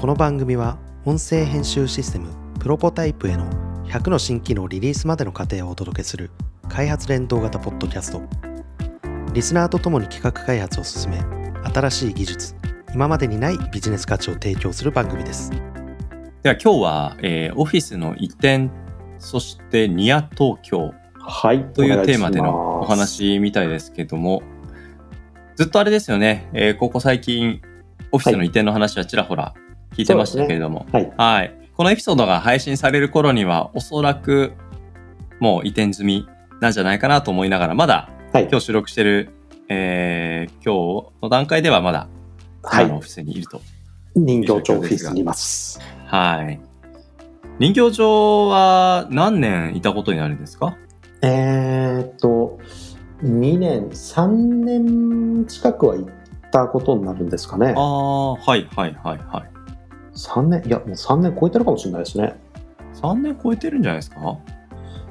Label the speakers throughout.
Speaker 1: この番組は音声編集システムプロポタイプへの100の新機能リリースまでの過程をお届けする開発連動型ポッドキャストリスナーとともに企画開発を進め新しい技術今までにないビジネス価値を提供する番組です
Speaker 2: では今日は、えーオフィスの移転そしてニア東京
Speaker 3: はい。
Speaker 2: というテーマ
Speaker 3: お願いします
Speaker 2: でのお。話みたいですけどもずっとあれですよね、えーここ最近オフィスの移転の話はちらほら聞いてましたけれども、
Speaker 3: はい。
Speaker 2: はいこのエピソードが配信される頃にはおそらくもう移転済みなんじゃないかなと思いながらまだ
Speaker 3: はい。
Speaker 2: 今日収録してる、えー今日の段階ではまだ
Speaker 3: は
Speaker 2: 今のオ
Speaker 3: い。
Speaker 2: フィスにいると
Speaker 3: 人形町オフィスにいます。
Speaker 2: はい。人形町は何年いたことになるんですか
Speaker 3: えーっと、2年、3年近くは行ったことになるんですかね
Speaker 2: あ。あ、はいはいはいはい。
Speaker 3: 3年、いや、もう3年超えてるかもしれないですね。
Speaker 2: 3年超えてるんじゃないですか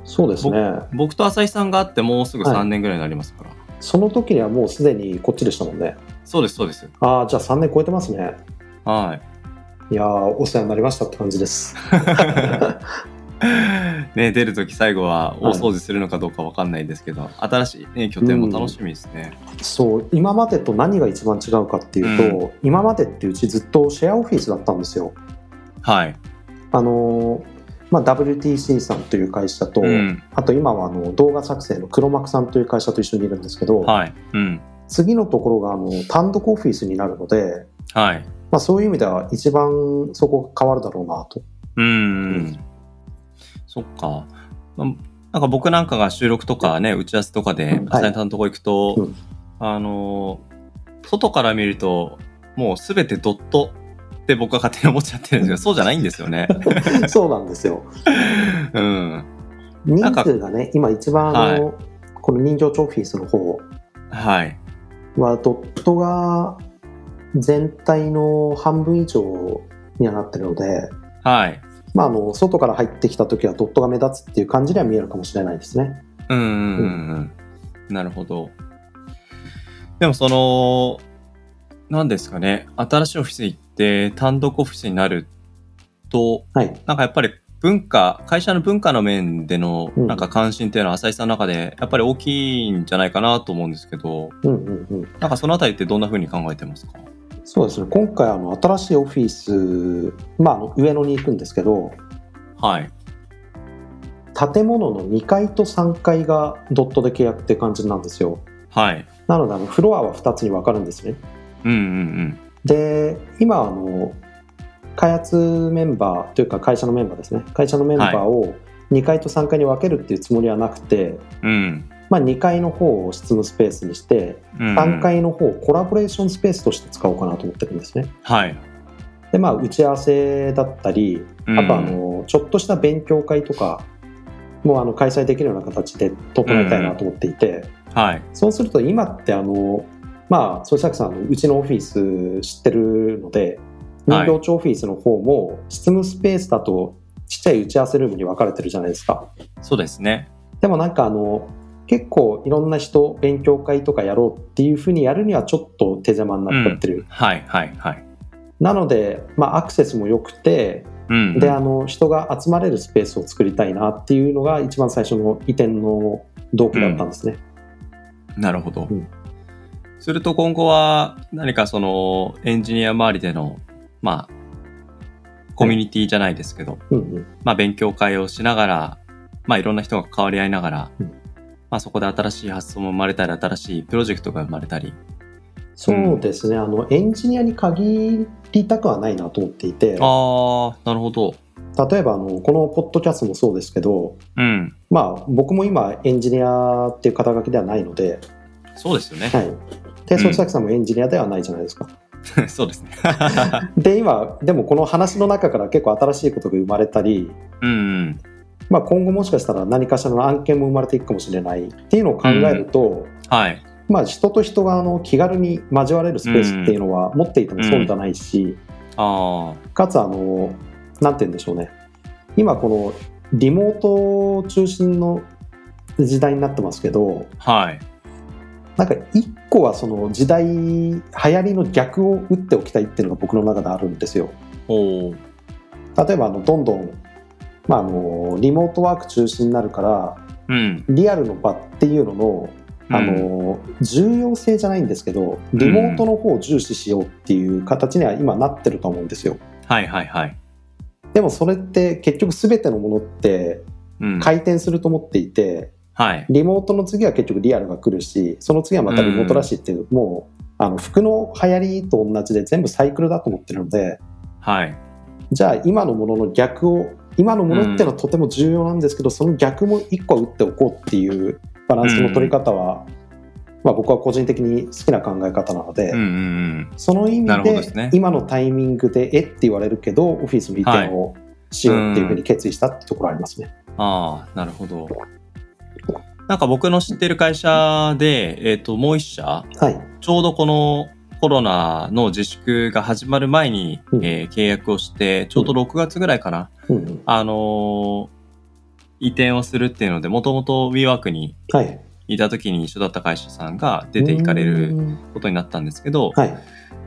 Speaker 3: そうですね。
Speaker 2: 僕と浅井さんがあってもうすぐ
Speaker 3: はい
Speaker 2: 3年ぐらいになりますから。
Speaker 3: その時にはもうすでにこっちでしたもんね。
Speaker 2: そうですそうです。
Speaker 3: ああ、じゃあ3年超えてますね。
Speaker 2: はい。
Speaker 3: いやーお世話になりましたって感じです。
Speaker 2: ね、出るとき最後は大掃除するのかどうかわかんないですけど、新しい、ね、拠点も楽しみですね。
Speaker 3: そう、今までと何が一番違うかっていうと、今までってうちずっとシェアオフィスだったんですよ。
Speaker 2: はい。
Speaker 3: あのーまあ、WTC さんという会社と、
Speaker 2: うん。
Speaker 3: あと今はあの動画作成の黒幕さんという会社と一緒にいるんですけど、
Speaker 2: はい。うん。
Speaker 3: 次のところがあの単独オフィスになるので、
Speaker 2: はい。
Speaker 3: まあ、そういう意味では一番そこが変わるだろうな と。
Speaker 2: うん
Speaker 3: う
Speaker 2: そっか。まなんか僕なんかが収録とかね、打ち合わせとかで
Speaker 3: う、んはい
Speaker 2: 浅井さんのとこ行くと、
Speaker 3: うん
Speaker 2: あのー、外から見ると、もうすべてドットって僕は勝手に思っちゃってるんですけど、そうじゃないんですよ ね。
Speaker 3: そうなんですよ。
Speaker 2: うん。
Speaker 3: 人
Speaker 2: なんか
Speaker 3: 数がね、今一番あの、この人情町オフィスの方
Speaker 2: はい。
Speaker 3: はドットが全体の半分以上にはなってるので、
Speaker 2: はい。
Speaker 3: まあ、あの外から入ってきた時はドットが目立つっていう感じには見えるかもしれないですね。
Speaker 2: うんうんうんうん。なるほど。でもその、何ですかね、新しいオフィス行って単独オフィスになると、
Speaker 3: はい、
Speaker 2: なんかやっぱり文化、会社の文化の面での
Speaker 3: うん
Speaker 2: なんか関心っていうのは浅井さんの中でやっぱり大きいんじゃないかなと思うんですけど、
Speaker 3: うんうんうん
Speaker 2: なんかそのあたりってどんな風に考えてますか
Speaker 3: そうですね今回あの新しいオフィス、まあ、あの上野に行くんですけど
Speaker 2: はい。
Speaker 3: 建物の2階と3階がドットで契約って感じなんですよ
Speaker 2: はい。
Speaker 3: なのであのフロアは2つに分かるんですね
Speaker 2: うんうん
Speaker 3: で今あの開発メンバーというか会社のメンバーですね会社のメンバーを2階と3階に分けるっていうつもりはなくて、
Speaker 2: うん。うん。
Speaker 3: まあ、2階の方を執務スペースにして
Speaker 2: うんうん
Speaker 3: 3階の方をコラボレーションスペースとして使おうかなと思ってるんですね
Speaker 2: はい。
Speaker 3: でまあ打ち合わせだったり
Speaker 2: うん
Speaker 3: あとあのちょっとした勉強会とかもあの開催できるような形で整えたいなと思っていて、
Speaker 2: はい。
Speaker 3: そうすると今ってあのまあ添崎さんあのうちのオフィス知ってるので
Speaker 2: はい
Speaker 3: 人形町オフィスの方も執務スペースだとちっちゃい打ち合わせルームに分かれてるじゃないですか
Speaker 2: そうですね。
Speaker 3: でもなんかあの結構いろんな人勉強会とかやろうっていうふうにやるにはちょっと手狭になっちゃってる、
Speaker 2: はいはいはい。
Speaker 3: なので、まあ、アクセスも良くて
Speaker 2: うん。
Speaker 3: であの人が集まれるスペースを作りたいなっていうのが一番最初の移転の動機だったんですね。
Speaker 2: なるほど
Speaker 3: うん。
Speaker 2: すると今後は何かそのエンジニア周りでの、まあ、コミュニティじゃないですけど、
Speaker 3: うんうん
Speaker 2: まあ、勉強会をしながら、まあ、いろんな人が関わり合いながら、
Speaker 3: うん
Speaker 2: まあ、そこで新しい発想も生まれたり、新しいプロジェクトが生まれたり。
Speaker 3: そうですね、あのエンジニアに限りたくはないなと思っていて例えば
Speaker 2: ああ、なるほど。
Speaker 3: あのこのポッドキャストもそうですけど、
Speaker 2: うん。
Speaker 3: まあ、僕も今エンジニアっていう肩書きではないので、
Speaker 2: そうですよ ね。
Speaker 3: はい、で
Speaker 2: うん
Speaker 3: そ崎さんもエンジニアではないじゃないですか。
Speaker 2: そうですね。
Speaker 3: で今でもこの話の中から結構新しいことが生まれたり、
Speaker 2: うんうん。
Speaker 3: まあ、今後もしかしたら何かしらの案件も生まれていくかもしれないっていうのを考えると。
Speaker 2: はい。
Speaker 3: まあ、人と人があの気軽に交われるスペースっていうのは持っていても損じゃないし、
Speaker 2: あ
Speaker 3: かつあのなんて言うんでしょうね今このリモート中心の時代になってますけど
Speaker 2: あ、はい。
Speaker 3: なんか一個はその時代流行りの逆を打っておきたいっていうのが僕の中であるんですよ。
Speaker 2: おお。
Speaker 3: 例えばあのどんどん、まあ、あのリモートワーク中心になるから
Speaker 2: うん。
Speaker 3: リアルの場っていうののあの、重要性じゃないんですけどリモートの方を重視しようっていう形には今なってると思うんですよ。
Speaker 2: はいはいはい。
Speaker 3: でもそれって結局全てのものって
Speaker 2: うん。
Speaker 3: 回転すると思っていて
Speaker 2: はい。
Speaker 3: リモートの次は結局リアルが来るしその次はまたリモートらしいっていう、もうあの服の流行りと同じで全部サイクルだと思ってるので
Speaker 2: はい。
Speaker 3: じゃあ今のものの逆を今のものってのはとても重要なんですけど、その逆も一個は打っておこうっていうバランスの取り方は、まあ、僕は個人的に好きな考え方なので。
Speaker 2: うんうん
Speaker 3: その意味
Speaker 2: なるほどで
Speaker 3: です
Speaker 2: ね
Speaker 3: 今のタイミングでえって言われるけどオフィスの移転をしようっていうふうに決意したってところありますね。
Speaker 2: うん。ああ、なるほど。なんか僕の知ってる会社で、えっ、と、もう一社、
Speaker 3: はい、
Speaker 2: ちょうどこのコロナの自粛が始まる前に、
Speaker 3: うん
Speaker 2: えー契約をして、ちょうど6月ぐらいかな、
Speaker 3: うんうん
Speaker 2: あのー移転をするっていうので、もともと WeWork に
Speaker 3: はい、
Speaker 2: いた時に一緒だった会社さんが出ていかれる
Speaker 3: うん
Speaker 2: ことになったんですけど、
Speaker 3: はい、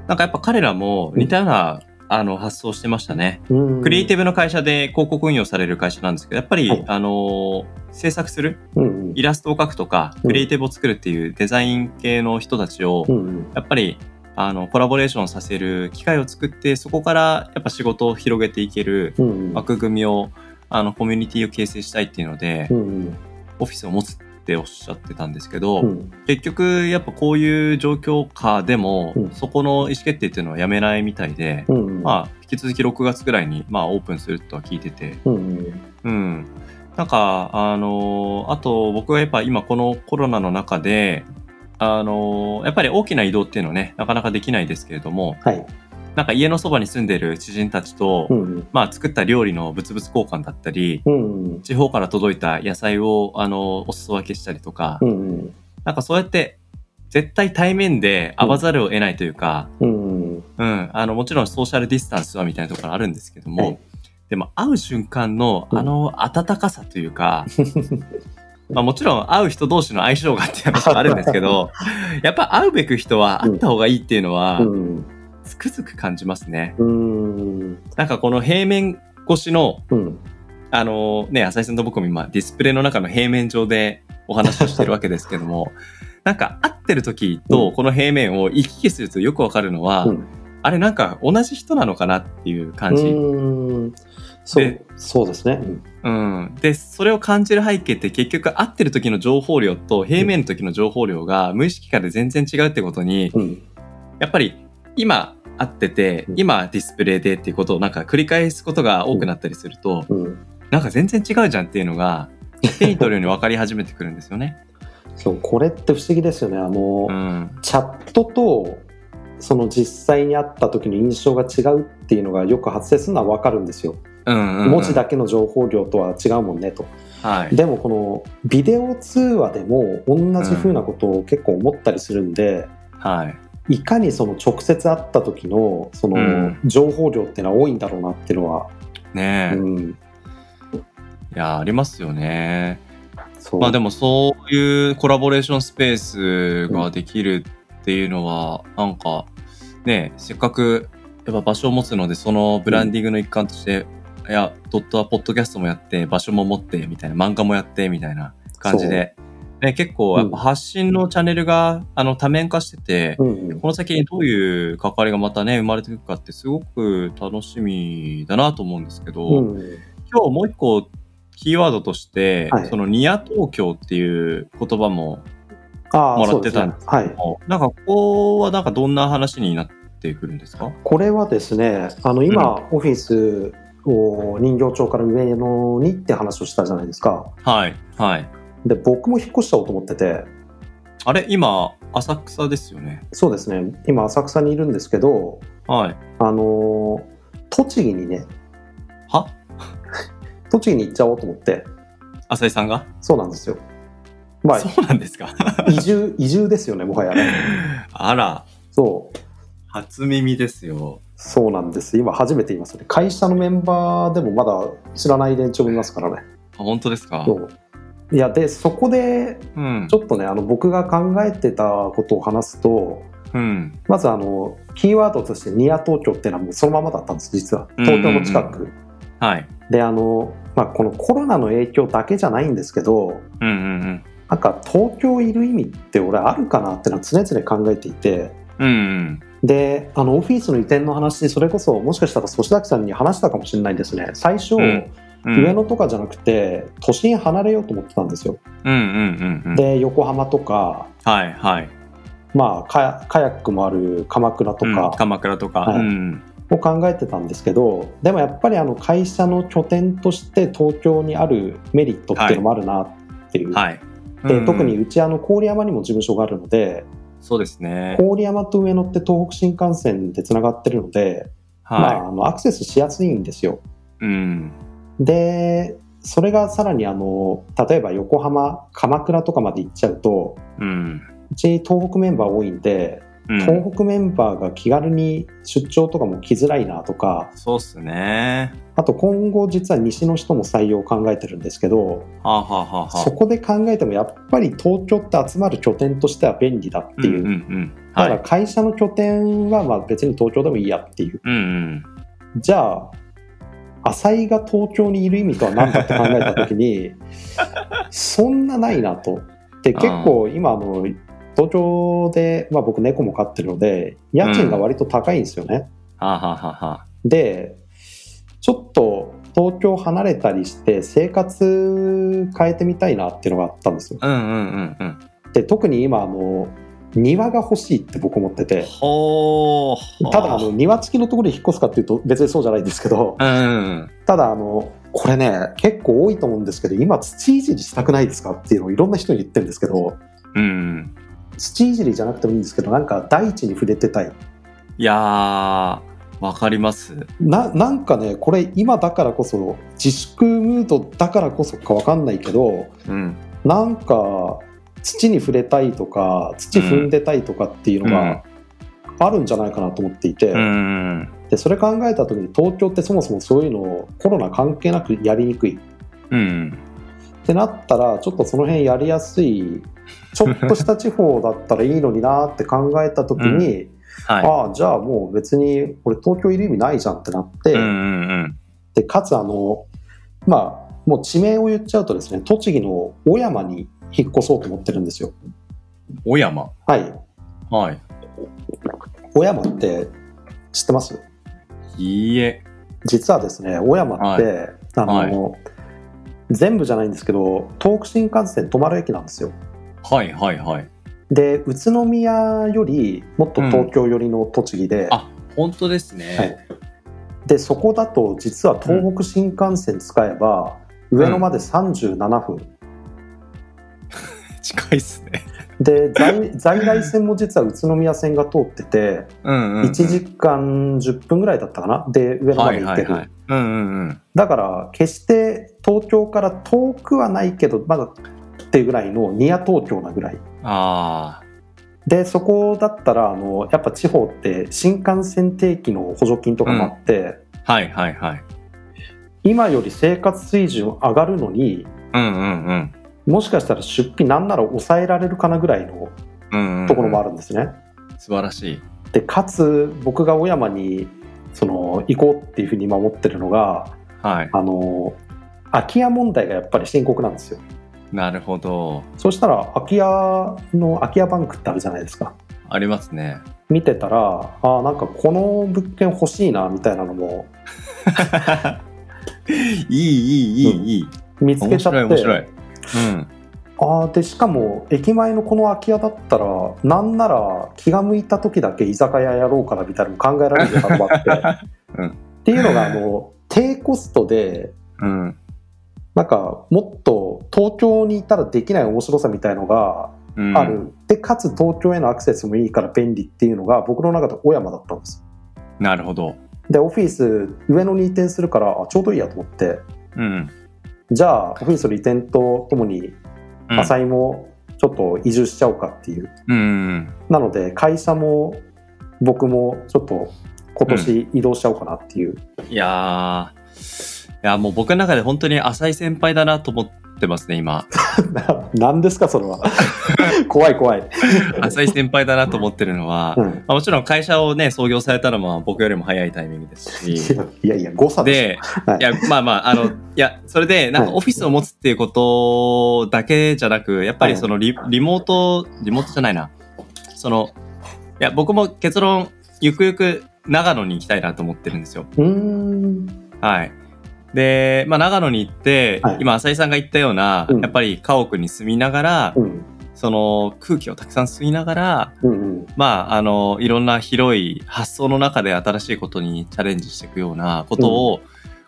Speaker 2: なんかやっぱ彼らも似たような、あの発想してましたね。クリエイティ
Speaker 3: ィ
Speaker 2: ブの会社で広告運用される会社なんですけど、やっぱり、
Speaker 3: はい
Speaker 2: あのー制作する、
Speaker 3: ブ、うんうん
Speaker 2: イラストを描くとか、
Speaker 3: うん
Speaker 2: クリエイティブを作るっていうデザイン系の人たちを、
Speaker 3: うんうん
Speaker 2: やっぱりあのコラボレーションさせる機会を作ってそこからやっぱ仕事を広げていける
Speaker 3: うんうん
Speaker 2: 枠組みをあのコミュニティを形成したいっていうので、
Speaker 3: うんうん
Speaker 2: オフィスを持つっておっしゃってたんですけど、
Speaker 3: うん
Speaker 2: 結局やっぱこういう状況下でも、
Speaker 3: うん
Speaker 2: そこの意思決定っていうのはやめないみたいで、
Speaker 3: うんうん
Speaker 2: まあ引き続き6月ぐらいに、まあ、オープンするとは聞いてて
Speaker 3: うんうん
Speaker 2: うん。なんか、あのーあと僕はやっぱ今このコロナの中で、あのーやっぱり大きな移動っていうのはね、なかなかできないですけれども、
Speaker 3: はい、
Speaker 2: なんか家のそばに住んでる知人たちと、
Speaker 3: うんうん
Speaker 2: まあ作った料理の物々交換だったり、
Speaker 3: うんうん
Speaker 2: 地方から届いた野菜を、あのーお裾分けしたりとか、
Speaker 3: うんうん
Speaker 2: なんかそうやって、絶対対面で会わざるを得ないというか、
Speaker 3: うんうん
Speaker 2: うん、あの、もちろんソーシャルディスタンスはみたいなところあるんですけども、
Speaker 3: はい
Speaker 2: でも会う瞬間のあの温かさとい うか、まあもちろん会う人同士の相性がっていう話はあるんですけど、やっぱ会うべく人は会った方がいいっていうのは
Speaker 3: う、ん
Speaker 2: つくづく感じますね。
Speaker 3: うん
Speaker 2: なんかこの平面越しの、
Speaker 3: うん
Speaker 2: あのね、浅井さんと僕も今ディスプレイの中の平面上でお話をしてるわけですけども、なんか会ってる時とこの平面を行き来するとよくわかるのは、
Speaker 3: うん
Speaker 2: あれなんか同じ人なのかなっていう感じ。
Speaker 3: うんそう
Speaker 2: で
Speaker 3: そうですね。うん
Speaker 2: うん、でそれを感じる背景って結局会ってる時の情報量と平面の時の情報量が無意識化で全然違うってことに
Speaker 3: うん
Speaker 2: やっぱり今会ってて
Speaker 3: うん
Speaker 2: 今ディスプレイでっていうことをなんか繰り返すことが多くなったりすると
Speaker 3: うん
Speaker 2: なんか全然違うじゃんっていうのが手に取るように分かり始めてくるんですよね。
Speaker 3: そうこれって不思議ですよね。あの
Speaker 2: うん、
Speaker 3: チャットとその実際に会った時の印象が違うっていうのがよく発生するのは分かるんですよ、
Speaker 2: うんうんうん
Speaker 3: 文字だけの情報量とは違うもんねと
Speaker 2: はい
Speaker 3: でもこのビデオ通話でも同じ風なことを結構思ったりするんで、
Speaker 2: はい
Speaker 3: いかにその直接会った時のそうの
Speaker 2: ん
Speaker 3: 情報量っていうのは多いんだろうなっていうのは、
Speaker 2: ねえ、
Speaker 3: う
Speaker 2: い
Speaker 3: ん、
Speaker 2: やありますよね。
Speaker 3: そう
Speaker 2: まあでもそういうコラボレーションスペースができるっていうのは、なんかね、せっかくやっぱ場所を持つので、そのブランディングの一環として、いや、ドットはポッドキャストもやって、場所も持って、みたいな、漫画もやって、みたいな感じで、ね、結構やっぱ発信のチャンネルが、あの多面化してて、
Speaker 3: うんうん
Speaker 2: この先にどういう関わりがまたね、生まれていくかってすごく楽しみだなと思うんですけど、
Speaker 3: うん
Speaker 2: 今日もう一個キーワードとして、
Speaker 3: はい
Speaker 2: そのニア東京っていう言葉も、
Speaker 3: ああ
Speaker 2: もらってた
Speaker 3: そうですねはい
Speaker 2: なんかここはなんかどんな話になってくるんですか
Speaker 3: これはですねあの今、オフィスを人形町から上野にって話をしたじゃないですか
Speaker 2: はい。はい。
Speaker 3: で僕も引っ越しちゃおうと思ってて
Speaker 2: あれ今、浅草ですよね。
Speaker 3: そうですね今浅草にいるんですけど
Speaker 2: はい。
Speaker 3: あのー栃木にね
Speaker 2: は
Speaker 3: 栃木に行っちゃおうと思って
Speaker 2: 浅井さんが、
Speaker 3: そうなんですよまあ
Speaker 2: そうなんですか
Speaker 3: 移住移住ですよねもはやね
Speaker 2: あら、
Speaker 3: そう
Speaker 2: 初耳ですよ。
Speaker 3: そうなんです今初めて言いますね会社のメンバーでもまだ知らない連中もいますからね
Speaker 2: あ本当ですか
Speaker 3: そういやでそこで
Speaker 2: うん
Speaker 3: ち。ょっとねあの僕が考えてたことを話すと
Speaker 2: うん。
Speaker 3: まずあのキーワードとしてニア東京っていうのはもうそのままだったんです実は東京の近く、
Speaker 2: はい。
Speaker 3: であの、まあ、このコロナの影響だけじゃないんですけど
Speaker 2: うんうん
Speaker 3: なんか東京いる意味って俺あるかなってのは常々考えていて
Speaker 2: うん。うん
Speaker 3: であのオフィスの移転の話それこそもしかしたら粗崎さんに話したかもしれないですね最初、
Speaker 2: うんうん。
Speaker 3: 上野とかじゃなくて都心離れようと思ってたんですよ
Speaker 2: うんうんうんうん。
Speaker 3: で横浜とか
Speaker 2: はいはい。
Speaker 3: まあカカヤックもある鎌倉と
Speaker 2: うん
Speaker 3: か
Speaker 2: 鎌倉とか。
Speaker 3: は
Speaker 2: う
Speaker 3: い
Speaker 2: ん。
Speaker 3: を考えてたんですけど、でもやっぱりあの会社の拠点として東京にあるメリットっていうのもあるなっていう、
Speaker 2: はい。
Speaker 3: で
Speaker 2: うん
Speaker 3: 特にうちあの郡山にも事務所があるので
Speaker 2: そうですね。
Speaker 3: 郡山と上野って東北新幹線でつながってるので、まあ、
Speaker 2: は
Speaker 3: あのアクセスしやすいんですよ。
Speaker 2: い。うん。
Speaker 3: でそれがさらにあの例えば横浜鎌倉とかまで行っちゃうと
Speaker 2: うん。
Speaker 3: うち東北メンバー多いんで
Speaker 2: うん
Speaker 3: 東北メンバーが気軽に出張とかも来づらいなとか
Speaker 2: そうっすね。
Speaker 3: あと今後実は西の人も採用を考えてるんですけど
Speaker 2: はあ、はあはあは
Speaker 3: そこで考えてもやっぱり東京って集まる拠点としては便利だっ
Speaker 2: あ、
Speaker 3: ていうう、
Speaker 2: んうんうん。
Speaker 3: だか
Speaker 2: は
Speaker 3: ら
Speaker 2: い。
Speaker 3: 会社の拠点はまあ別に東京でもいいやっていう
Speaker 2: うんうん。
Speaker 3: じゃあ浅井が東京にいる意味とは何だって考えた時にそんなないなと。で結構今あの東京で、まあ、僕猫も飼ってるので家賃が割と高いんですよね。
Speaker 2: はあ、はあはあはあ、
Speaker 3: でちょっと東京離れたりして生活変えてみたいなっていうのがあったんですよ。
Speaker 2: うんうんうんうん。
Speaker 3: で特に今あの庭が欲しいって僕思ってて
Speaker 2: ほー。
Speaker 3: ただあの庭付きのところに引っ越すかっていうと別にそうじゃないんですけど
Speaker 2: うんうんうん。
Speaker 3: ただあのこれね結構多いと思うんですけど今土いじりしたくないですかっていうのをいろんな人に言ってるんですけど
Speaker 2: うん。
Speaker 3: 土いじりじゃなくてもいいんですけどなんか大地に触れてたい
Speaker 2: いやー、わかります。
Speaker 3: ななんかねこれ今だからこそ自粛ムードだからこそか分かんないけど
Speaker 2: うん。
Speaker 3: なんか土に触れたいとか土踏んでたいとかっていうのがあるんじゃないかなと思っていて、
Speaker 2: うん。
Speaker 3: でそれ考えた時に東京ってそもそもそういうのをコロナ関係なくやりにくい
Speaker 2: うん。
Speaker 3: ってなったらちょっとその辺やりやす いちょっとした地方だったらいいのになーって考えた時に、
Speaker 2: は
Speaker 3: ああじゃあもう別に俺東京いる意味ないじゃんってなって、
Speaker 2: い。うんうんうん。
Speaker 3: でかつあのまあもう地名を言っちゃうとですね栃木の小山に引っ越そうと思ってるんですよ。
Speaker 2: 小山。
Speaker 3: はい
Speaker 2: はい。
Speaker 3: 小山って知ってます
Speaker 2: いいえ。
Speaker 3: 実はですね小山って、あの、全部じゃないんですけど東北新幹線止まる駅なんですよ
Speaker 2: はいはいはい。
Speaker 3: で宇都宮よりもっと東京寄りの栃木で、
Speaker 2: あ、本当ですね。
Speaker 3: はいでそこだと実は東北新幹線使えば、上野まで37分、
Speaker 2: 近いっすね。
Speaker 3: で 在在来線も実は宇都宮線が通ってて、
Speaker 2: うんうん。
Speaker 3: 1時間10分ぐらいだったかなで上野ま
Speaker 2: は
Speaker 3: で行
Speaker 2: い
Speaker 3: っ
Speaker 2: は
Speaker 3: て
Speaker 2: い
Speaker 3: る、
Speaker 2: はい。うんうんうん。
Speaker 3: だから決して東京から遠くはないけどまだっていうぐらいのニア東京なぐらい
Speaker 2: あ
Speaker 3: でそこだったらあのやっぱ地方って新幹線定期の補助金とかもあって、
Speaker 2: あ。はいはいはい。
Speaker 3: 今より生活水準上がるのに
Speaker 2: うんうんうん。
Speaker 3: もしかしたら出費なんなら抑えられるかなぐらいの
Speaker 2: うんうん、
Speaker 3: ところもあるんですね。
Speaker 2: 素晴らしい。
Speaker 3: でかつ僕が小山にその行こうっていうふうに今思ってるのが
Speaker 2: はい。
Speaker 3: あの空き家問題がやっぱり深刻なんですよ。
Speaker 2: なるほど。
Speaker 3: そうしたら空き家の空き家バンクってあるじゃないですか。
Speaker 2: ありますね。
Speaker 3: 見てたらあーなんかこの物件欲しいなみたいなのも
Speaker 2: いいいいいいいい。
Speaker 3: 見つけ
Speaker 2: 面
Speaker 3: ちゃっ
Speaker 2: 白
Speaker 3: て
Speaker 2: い面白い。うん。
Speaker 3: あーでしかも駅前のこの空き家だったらなんなら気が向いた時だけ居酒屋やろうかなみたいなのも考えられるようなのもあって、
Speaker 2: うん
Speaker 3: っていうのがあの低コストで
Speaker 2: うん。
Speaker 3: なんかもっと東京にいたらできない面白さみたいのが
Speaker 2: うん、
Speaker 3: ある、でかつ東京へのアクセスもいいから便利っていうのが僕の中で小山だったんです
Speaker 2: なるほど。
Speaker 3: でオフィス上野に移転するからあちょうどいいやと思って
Speaker 2: うん。
Speaker 3: じゃあオフィスの移転とともに
Speaker 2: うん
Speaker 3: 浅井もちょっと移住しちゃおうかっていう、
Speaker 2: うん。
Speaker 3: なので会社も僕もちょっと今年移動しちゃおうかなっていう、
Speaker 2: いやー。いや、もう僕の中で本 当に浅井先輩だなと思ってますね、今。
Speaker 3: ななんですかそれは怖い怖い。
Speaker 2: 浅井先輩だなと思ってるのは、
Speaker 3: う
Speaker 2: ま
Speaker 3: ん、
Speaker 2: あ、もちろん会社をね、創業されたのは僕よりも早いタイミングで すし、
Speaker 3: いやいや、誤差でしょ
Speaker 2: で、
Speaker 3: はい
Speaker 2: いや、まあまあ、あの、いや、それで、なんか
Speaker 3: はい
Speaker 2: オフィスを持つっていうことだけじゃなく、やっぱりそのリリモート、リモートじゃないな。その、いや、僕も結論、ゆくゆく長野に行きたいなと思ってるんですよ。
Speaker 3: うーん。
Speaker 2: はい。で、まあ長野に行って、
Speaker 3: はい
Speaker 2: 今、浅井さんが言ったような、
Speaker 3: うん
Speaker 2: やっぱり家屋に住みながら、
Speaker 3: うん。
Speaker 2: その空気をたくさん吸いながら、
Speaker 3: うんうん。
Speaker 2: まあ、あの、いろんな広い発想の中で新しいことにチャレンジしていくようなことを、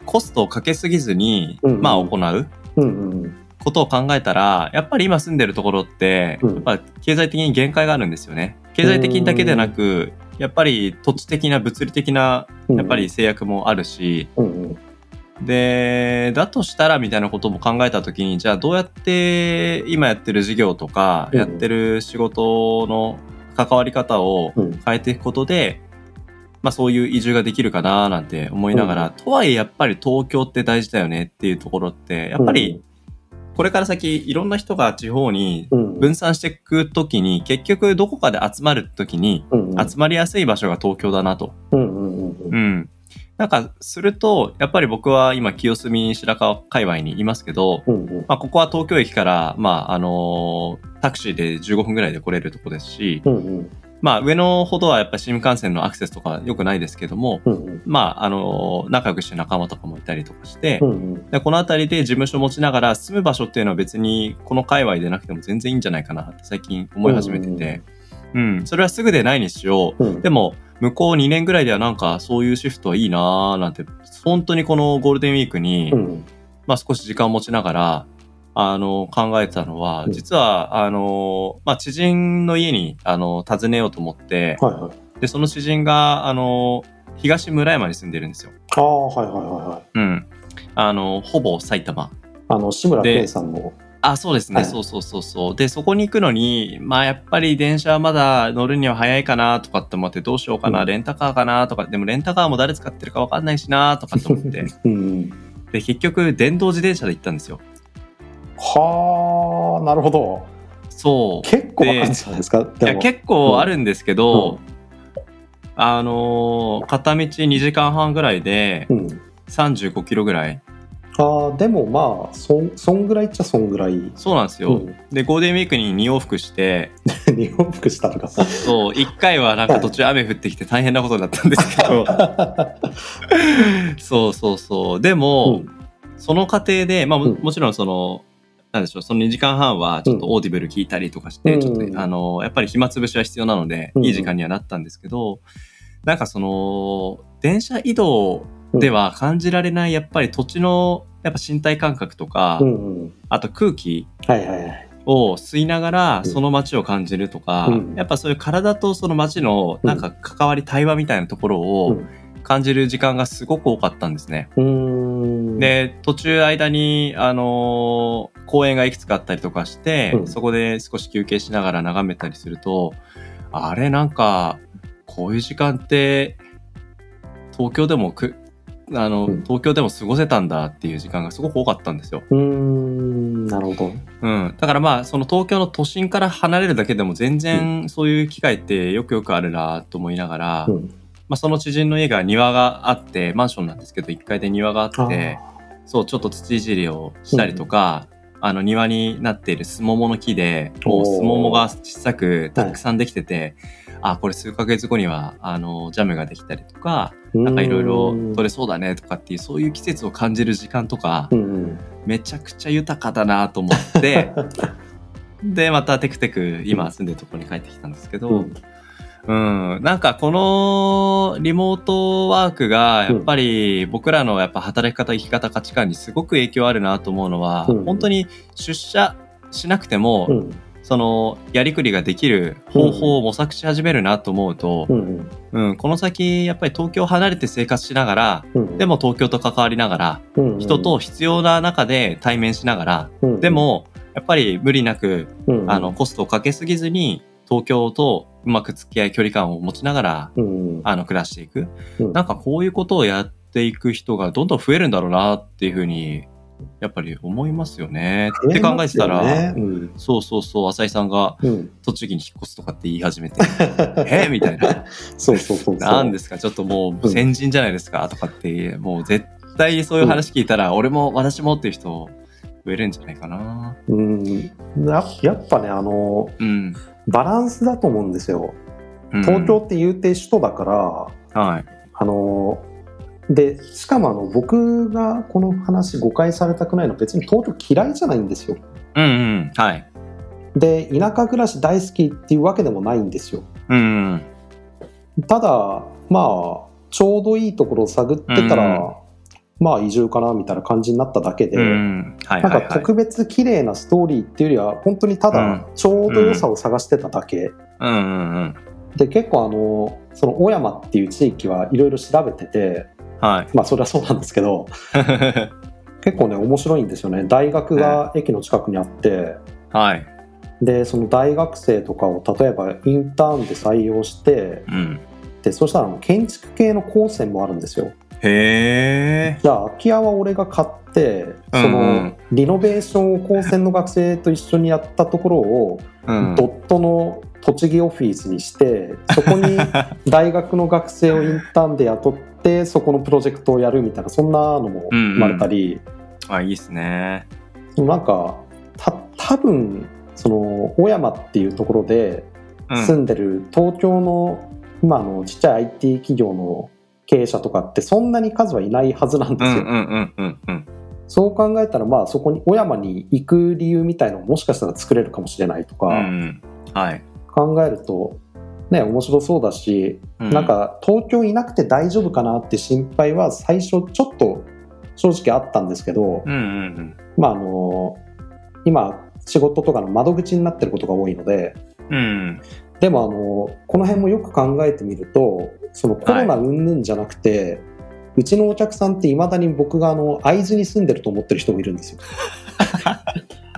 Speaker 2: コストをかけすぎずに、
Speaker 3: うん
Speaker 2: まあ、行う
Speaker 3: うんうん。
Speaker 2: ことを考えたら、やっぱり今住んでるところって、
Speaker 3: うん
Speaker 2: やっぱ経済的に限界があるんですよね。経済的だけでなく、やっぱり土地的な物理的な、
Speaker 3: うん
Speaker 2: やっぱり、制約もあるし、
Speaker 3: うんうん。
Speaker 2: で、だとしたらみたいなことも考えたときに、じゃあどうやって今やってる事業とか、
Speaker 3: うん
Speaker 2: やってる仕事の関わり方を
Speaker 3: うん
Speaker 2: 変えていくことで、まあそういう移住ができるかななんて思いながら、とはいえやっぱり東京って大事だよねっていうところって、やっぱりこれから先いろんな人が地方に
Speaker 3: うん、
Speaker 2: 分散していくときに、結局どこかで集まるときに、
Speaker 3: うんうん、
Speaker 2: 集まりやすい場所が東京だなと。
Speaker 3: うんうんうん
Speaker 2: うん。なんか、すると、やっぱり僕は今、清澄白河界隈にいますけど、
Speaker 3: うんうん
Speaker 2: まあ、ここは東京駅から、まあ、あのータクシーで15分ぐらいで来れるとこですし、
Speaker 3: うんうん
Speaker 2: まあ、上のほどはやっぱ新幹線のアクセスとか良くないですけども、
Speaker 3: うんうん
Speaker 2: まあ、あのー仲良くしてる仲間とかもいたりとかして
Speaker 3: う、んうん
Speaker 2: でこの辺りで事務所持ちながら住む場所っていうのは別にこの界隈でなくても全然いいんじゃないかなって最近思い始めてて、うん、それはすぐでないにしよう、
Speaker 3: うん
Speaker 2: でも、向こう2年ぐらいではなんかそういうシフトはいいなーなんて、本当にこのゴールデンウィークに、
Speaker 3: うん
Speaker 2: まあ少し時間を持ちながら、あの、考えてたのは、
Speaker 3: うん
Speaker 2: 実は、あの、まあ知人の家に、あの、訪ねようと思って、
Speaker 3: はいはい
Speaker 2: で、その知人が、あの、東村山に住んでるんですよ。
Speaker 3: ああはいはいはいはい
Speaker 2: うん。あの、ほぼ埼玉。
Speaker 3: あの志村
Speaker 2: で
Speaker 3: けんさんの
Speaker 2: あ、そうですね、
Speaker 3: はい
Speaker 2: そうそうそうそう。で、そこに行くのに、まあやっぱり電車はまだ乗るには早いかなとかって思って、どうしようかな、
Speaker 3: うん
Speaker 2: レンタカーかなとか、でもレンタカーも誰使ってるかわかんないしなとかって思って。
Speaker 3: うん
Speaker 2: で、結局、電動自転車で行ったんですよ。
Speaker 3: はあなるほど
Speaker 2: そう。
Speaker 3: 結構あるんじゃないですか
Speaker 2: い
Speaker 3: で
Speaker 2: や
Speaker 3: も
Speaker 2: 結構あるんですけど、あのー片道2時間半ぐらいで
Speaker 3: うん
Speaker 2: 35キロぐらい。
Speaker 3: ああでもまあそんそんぐらいっちゃそんぐらい
Speaker 2: そうなんですよ。
Speaker 3: うん
Speaker 2: で、ゴールデンウィークに2往復して、
Speaker 3: 日本服したとか
Speaker 2: そう、1回はなんか途中雨降ってきて大変なことになったんですけど、そうそうそう。で
Speaker 3: う
Speaker 2: も、
Speaker 3: ん
Speaker 2: その過程で、まあも
Speaker 3: うん
Speaker 2: もちろんその、なんでしょう、その2時間半はちょっとオーディブル聞いたりとかして、
Speaker 3: うん
Speaker 2: ちょっ
Speaker 3: うん
Speaker 2: と、あの、やっぱり暇つぶしは必要なので、
Speaker 3: うん
Speaker 2: いい時間にはなったんですけど、なんかその、電車移動では感じられない、やっぱり土地の、やっぱ身体感覚とか、
Speaker 3: うんうん
Speaker 2: あと空気
Speaker 3: はいはいはい
Speaker 2: を吸いながら
Speaker 3: うん
Speaker 2: その街を感じるとか、
Speaker 3: うん
Speaker 2: やっぱそういう体とその街のなんか関わり対話みたいなところ
Speaker 3: う
Speaker 2: を
Speaker 3: ん
Speaker 2: 感じる時間がすごく多かったんですね。
Speaker 3: うーん
Speaker 2: で途中間に、あのー公園がいくつかあったりとかして、
Speaker 3: うん
Speaker 2: そこで少し休憩しながら眺めたりするとあれなんかこういう時間って東京でもくあの、
Speaker 3: うん
Speaker 2: 東京でも過ごせたんだっていう時間がすごく多かったんですよ。
Speaker 3: うーんなるほど
Speaker 2: うん、だからまあその東京の都心から離れるだけでも全然そういう機会ってよくよくあるなと思いながら、
Speaker 3: うん
Speaker 2: まあ、その知人の家が庭があってマンションなんですけど1階で庭があってそうちょっと土いじりをしたりとか、あの庭になっているスモモの木でもう
Speaker 3: おー
Speaker 2: スモモが小さくたくさんできてて、あこれ数ヶ月後にはあのジャムができたりとか
Speaker 3: な
Speaker 2: なんかいろいろ取れそうだねとかっていうそういう季節を感じる時間とか、
Speaker 3: うんうん
Speaker 2: めちゃくちゃ豊かだなと思って でまたテクテク今住んでるところに帰ってきたんですけ
Speaker 3: う
Speaker 2: ど、
Speaker 3: ん
Speaker 2: うんなんかこのリモートワークがやっぱり僕らのやっぱ働き方生き方価値観にすごく影響あるなと思うのは、
Speaker 3: うん
Speaker 2: 本当に出社しなくても、
Speaker 3: うん
Speaker 2: そのやりくりができる方法を模索し始めるなと思うと
Speaker 3: う、ん
Speaker 2: うんこの先やっぱり東京を離れて生活しながら
Speaker 3: うん
Speaker 2: でも東京と関わりながら
Speaker 3: うんうん
Speaker 2: 人と必要な中で対面しながら
Speaker 3: うん
Speaker 2: でも、やっぱり無理なく、
Speaker 3: うん
Speaker 2: あの、コストをかけすぎずに、東京とうまく付き合い、距離感を持ちながら、
Speaker 3: うんうん
Speaker 2: あの、暮らしていく。
Speaker 3: うん
Speaker 2: なんかこういうことをやっていく人がどんどん増えるんだろうなっていうふうにやっぱり思いますよね。
Speaker 3: うん
Speaker 2: って考えてたら、
Speaker 3: 思いますよね
Speaker 2: そうそうそう、浅井さんが
Speaker 3: うんうん、
Speaker 2: 栃木に引っ越すとかって言い始 めて、えみたいな。
Speaker 3: そうそうそうそう。
Speaker 2: なんですか、ちょっともう先人じゃないですか、とかって、もう絶対そういう話聞いたら、俺も私もっていう人増えるんじゃないかな。
Speaker 3: うん、なやっぱねあの
Speaker 2: うん。
Speaker 3: バランスだと思うんですよ
Speaker 2: うん
Speaker 3: 東京って言うて首都だから、
Speaker 2: はい。
Speaker 3: あのでしかもあの僕がこの話誤解されたくないのは別に東京嫌いじゃないんですよ
Speaker 2: うんうん。はい。
Speaker 3: で田舎暮らし大好きっていうわけでもないんですよ
Speaker 2: うんうん。
Speaker 3: ただまあちょうどいいところを探ってたら、
Speaker 2: うん
Speaker 3: まあ移住かなみたいな感じになっただけで、
Speaker 2: うん。はい
Speaker 3: な
Speaker 2: は
Speaker 3: ん
Speaker 2: いは
Speaker 3: か
Speaker 2: い。
Speaker 3: 特別綺麗なストーリーっていうよりは本当にただちょうど良さを探してただけ、
Speaker 2: うんうんうん。
Speaker 3: で結構あのその小山っていう地域はいろいろ調べてて
Speaker 2: はい。
Speaker 3: まあそれはそうなんですけど結構ね面白いんですよね大学が駅の近くにあって、
Speaker 2: はい。
Speaker 3: でその大学生とかを例えばインターンで採用して
Speaker 2: うん。
Speaker 3: でそしたらあの建築系の高専もあるんですよ
Speaker 2: へえ。
Speaker 3: じゃあ空き家は俺が買ってそ
Speaker 2: うんう
Speaker 3: の
Speaker 2: ん
Speaker 3: リノベーションを高専の学生と一緒にやったところを
Speaker 2: うん。
Speaker 3: ドットの栃木オフィスにしてそこ に大学の学生をインターンで雇ってそこのプロジェクトをやるみたいなそんなのも生まれたり、
Speaker 2: あ、いいっすね。
Speaker 3: でもなんかた多分その小山っていうところで
Speaker 2: うん
Speaker 3: 住んでる東京の今のちっちゃい IT 企業の経営者とかってそんなに数はいないはずなんで
Speaker 2: う
Speaker 3: す
Speaker 2: ん
Speaker 3: よ。
Speaker 2: うんうんうんうん。
Speaker 3: そう考えたらまあそこに小山に行く理由みたいのももしかしたら作れるかもしれないとか、
Speaker 2: うんうん。はい。
Speaker 3: 考えるとね面白そうだし
Speaker 2: う
Speaker 3: なん、か東京いなくて大丈夫かなって心配は最初ちょっと正直あったんですけど、
Speaker 2: うんうん
Speaker 3: まああの今仕事とかの窓口になってることが多いので
Speaker 2: うん。うん。
Speaker 3: でもあのこの辺もよく考えてみるとそのコロナ云々じゃなくて、うちのお客さんっていまだに僕があの会津に住んでると思ってる人もいるんですよ。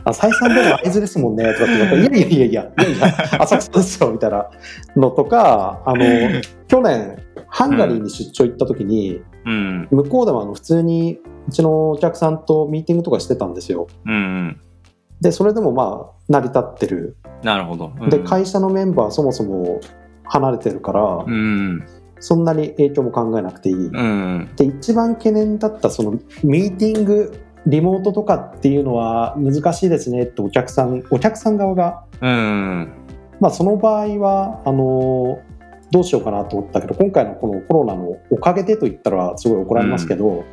Speaker 3: あ再三でも会津ですもんねとかって言われていやいやいやいやいやいや浅草ですよみたいなのとかあの去年ハンガリーに出張行った時に、
Speaker 2: うん
Speaker 3: 向こうでもあの普通にうちのお客さんとミーティングとかしてたんですよ
Speaker 2: うんうん。
Speaker 3: でそれでもまあ成り立ってる
Speaker 2: なるほど。うん
Speaker 3: で会社のメンバーそもそも離れてるから、
Speaker 2: うん
Speaker 3: そんなに影響も考えなくていい、
Speaker 2: うん。
Speaker 3: で一番懸念だったそのミーティングリモートとかっていうのは難しいですねってお客さんお客さん側が、
Speaker 2: うん。
Speaker 3: まあ、その場合はあのどうしようかなと思ったけど今回のこのコロナのおかげでと言ったらすごい怒られますけど、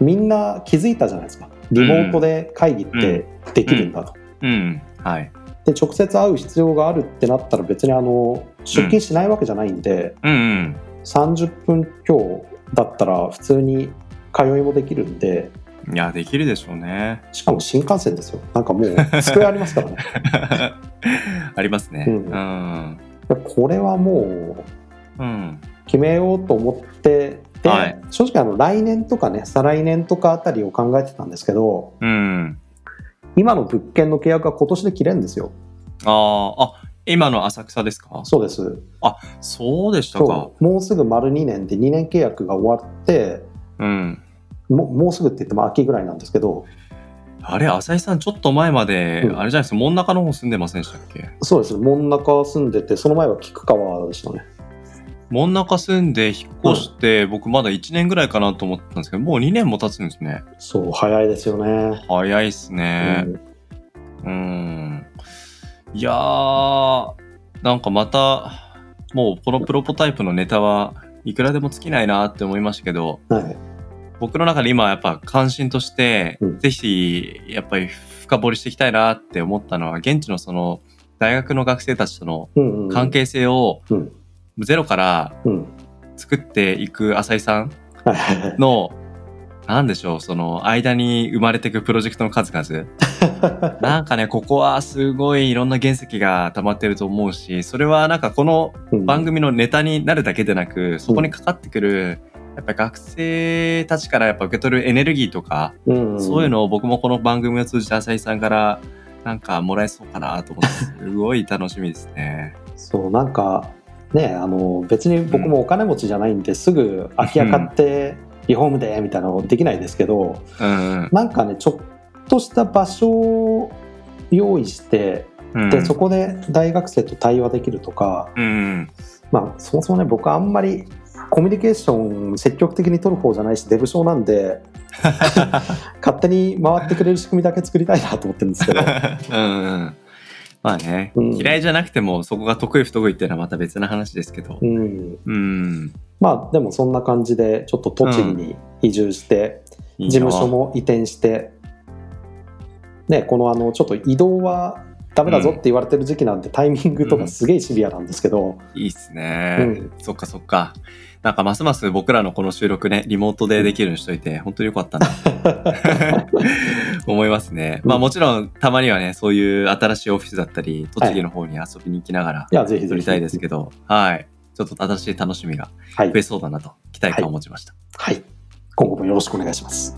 Speaker 3: みんな気づいたじゃないですかリモートで会議ってできるんだと。
Speaker 2: うん。はい。
Speaker 3: で直接会う必要があるってなったら別にあの出勤しないわけじゃないんで、
Speaker 2: うんうん。
Speaker 3: 30分強だったら普通に通いもできるんで
Speaker 2: いや、できるでしょうね。
Speaker 3: しかも新幹線ですよなんかもう机ありますからね
Speaker 2: ありますね。
Speaker 3: う
Speaker 2: うんん。
Speaker 3: これはも
Speaker 2: うん。
Speaker 3: う決めようと思ってで、
Speaker 2: はい
Speaker 3: 正直あの来年とかね再来年とかあたりを考えてたんですけど
Speaker 2: うん。
Speaker 3: 今の物件の契約が今年で切れんですよ
Speaker 2: ああ、あ、今の浅草ですか
Speaker 3: そうです
Speaker 2: そうでしたか
Speaker 3: そ。うもうすぐ丸2年で2年契約が終わって
Speaker 2: うん。
Speaker 3: ももうすぐって言っても秋ぐらいなんですけど
Speaker 2: あれ、浅井さん、ちょっと前まで、
Speaker 3: うん
Speaker 2: あれじゃないですか、真ん中の方住んでませんでしたっけ
Speaker 3: そうです真ん中住んでてその前は菊川でしたね
Speaker 2: 真ん中住んで引っ越して、僕まだ1年ぐらいかなと思ってたんですけど、もう2年も経つんですね。
Speaker 3: そう早いですよね、
Speaker 2: 早いっすね
Speaker 3: う。ん
Speaker 2: うん。いやー、なんかまた、もうこのプロポタイプのネタはいくらでも尽きないなって思いましたけど、
Speaker 3: はい、
Speaker 2: 僕の中で今やっぱ関心として、
Speaker 3: うん
Speaker 2: ぜひやっぱり深掘りしていきたいなって思ったのは、現地のその大学の学生たちとの
Speaker 3: うんうん、
Speaker 2: 関係性を
Speaker 3: うん
Speaker 2: ゼロから
Speaker 3: うん
Speaker 2: 作っていく浅井さん
Speaker 3: はいはいはい
Speaker 2: の、なんでしょう、その間に生まれていくプロジェクトの数々。 なんかね、ここはすごいいろんな原石が溜まってると思うし、それはなんかこの
Speaker 3: うん
Speaker 2: 番組のネタになるだけでなく、そこにかかってくる、やっぱ学生たちからやっぱ受け取るエネルギーとか、
Speaker 3: うんん
Speaker 2: そういうのを僕もこの番組を通じて浅井さんからなんかもらえそうかなと 思って、すごい楽しみですね。
Speaker 3: そうなんかねあの別に僕もお金持ちじゃないんで、すぐ空き家買ってリフォームでみたいなのできないですけど、
Speaker 2: うんうん。
Speaker 3: なんかね直とした場所を用意して
Speaker 2: うん
Speaker 3: でそこで大学生と対話できるとか、
Speaker 2: うん
Speaker 3: まあ、そもそもね僕はあんまりコミュニケーション積極的に取る方じゃないしデブ症なん で勝手に回ってくれる仕組みだけ作りたいなと思ってるんです けど
Speaker 2: うんうんまあね、
Speaker 3: うん
Speaker 2: 嫌いじゃなくてもそこが得意不得意っていうのはまた別の話ですけど
Speaker 3: うん
Speaker 2: うん
Speaker 3: まあでもそんな感じでちょっと栃木に移住して、
Speaker 2: いいな
Speaker 3: 事務所も移転して、ね、このあのちょっと移動はダメだぞって言われてる時期なんで、タイミングとかすげえシビアなんですけど、
Speaker 2: いいっすね、
Speaker 3: うん
Speaker 2: そっかそっかなんかますます僕らのこの収録ねリモートでできるようにしといて本当によか ったな思いますねまあもちろんたまにはねそういう新しいオフィスだったり栃木の方に遊びに行きながら
Speaker 3: いやぜひ
Speaker 2: 撮
Speaker 3: ぜ
Speaker 2: り
Speaker 3: ひ
Speaker 2: たいですけどはいちょっと新しい楽しみが
Speaker 3: はい
Speaker 2: 増えそうだなと期待感を持ちました、
Speaker 3: はい、今後もよろしくお願いします。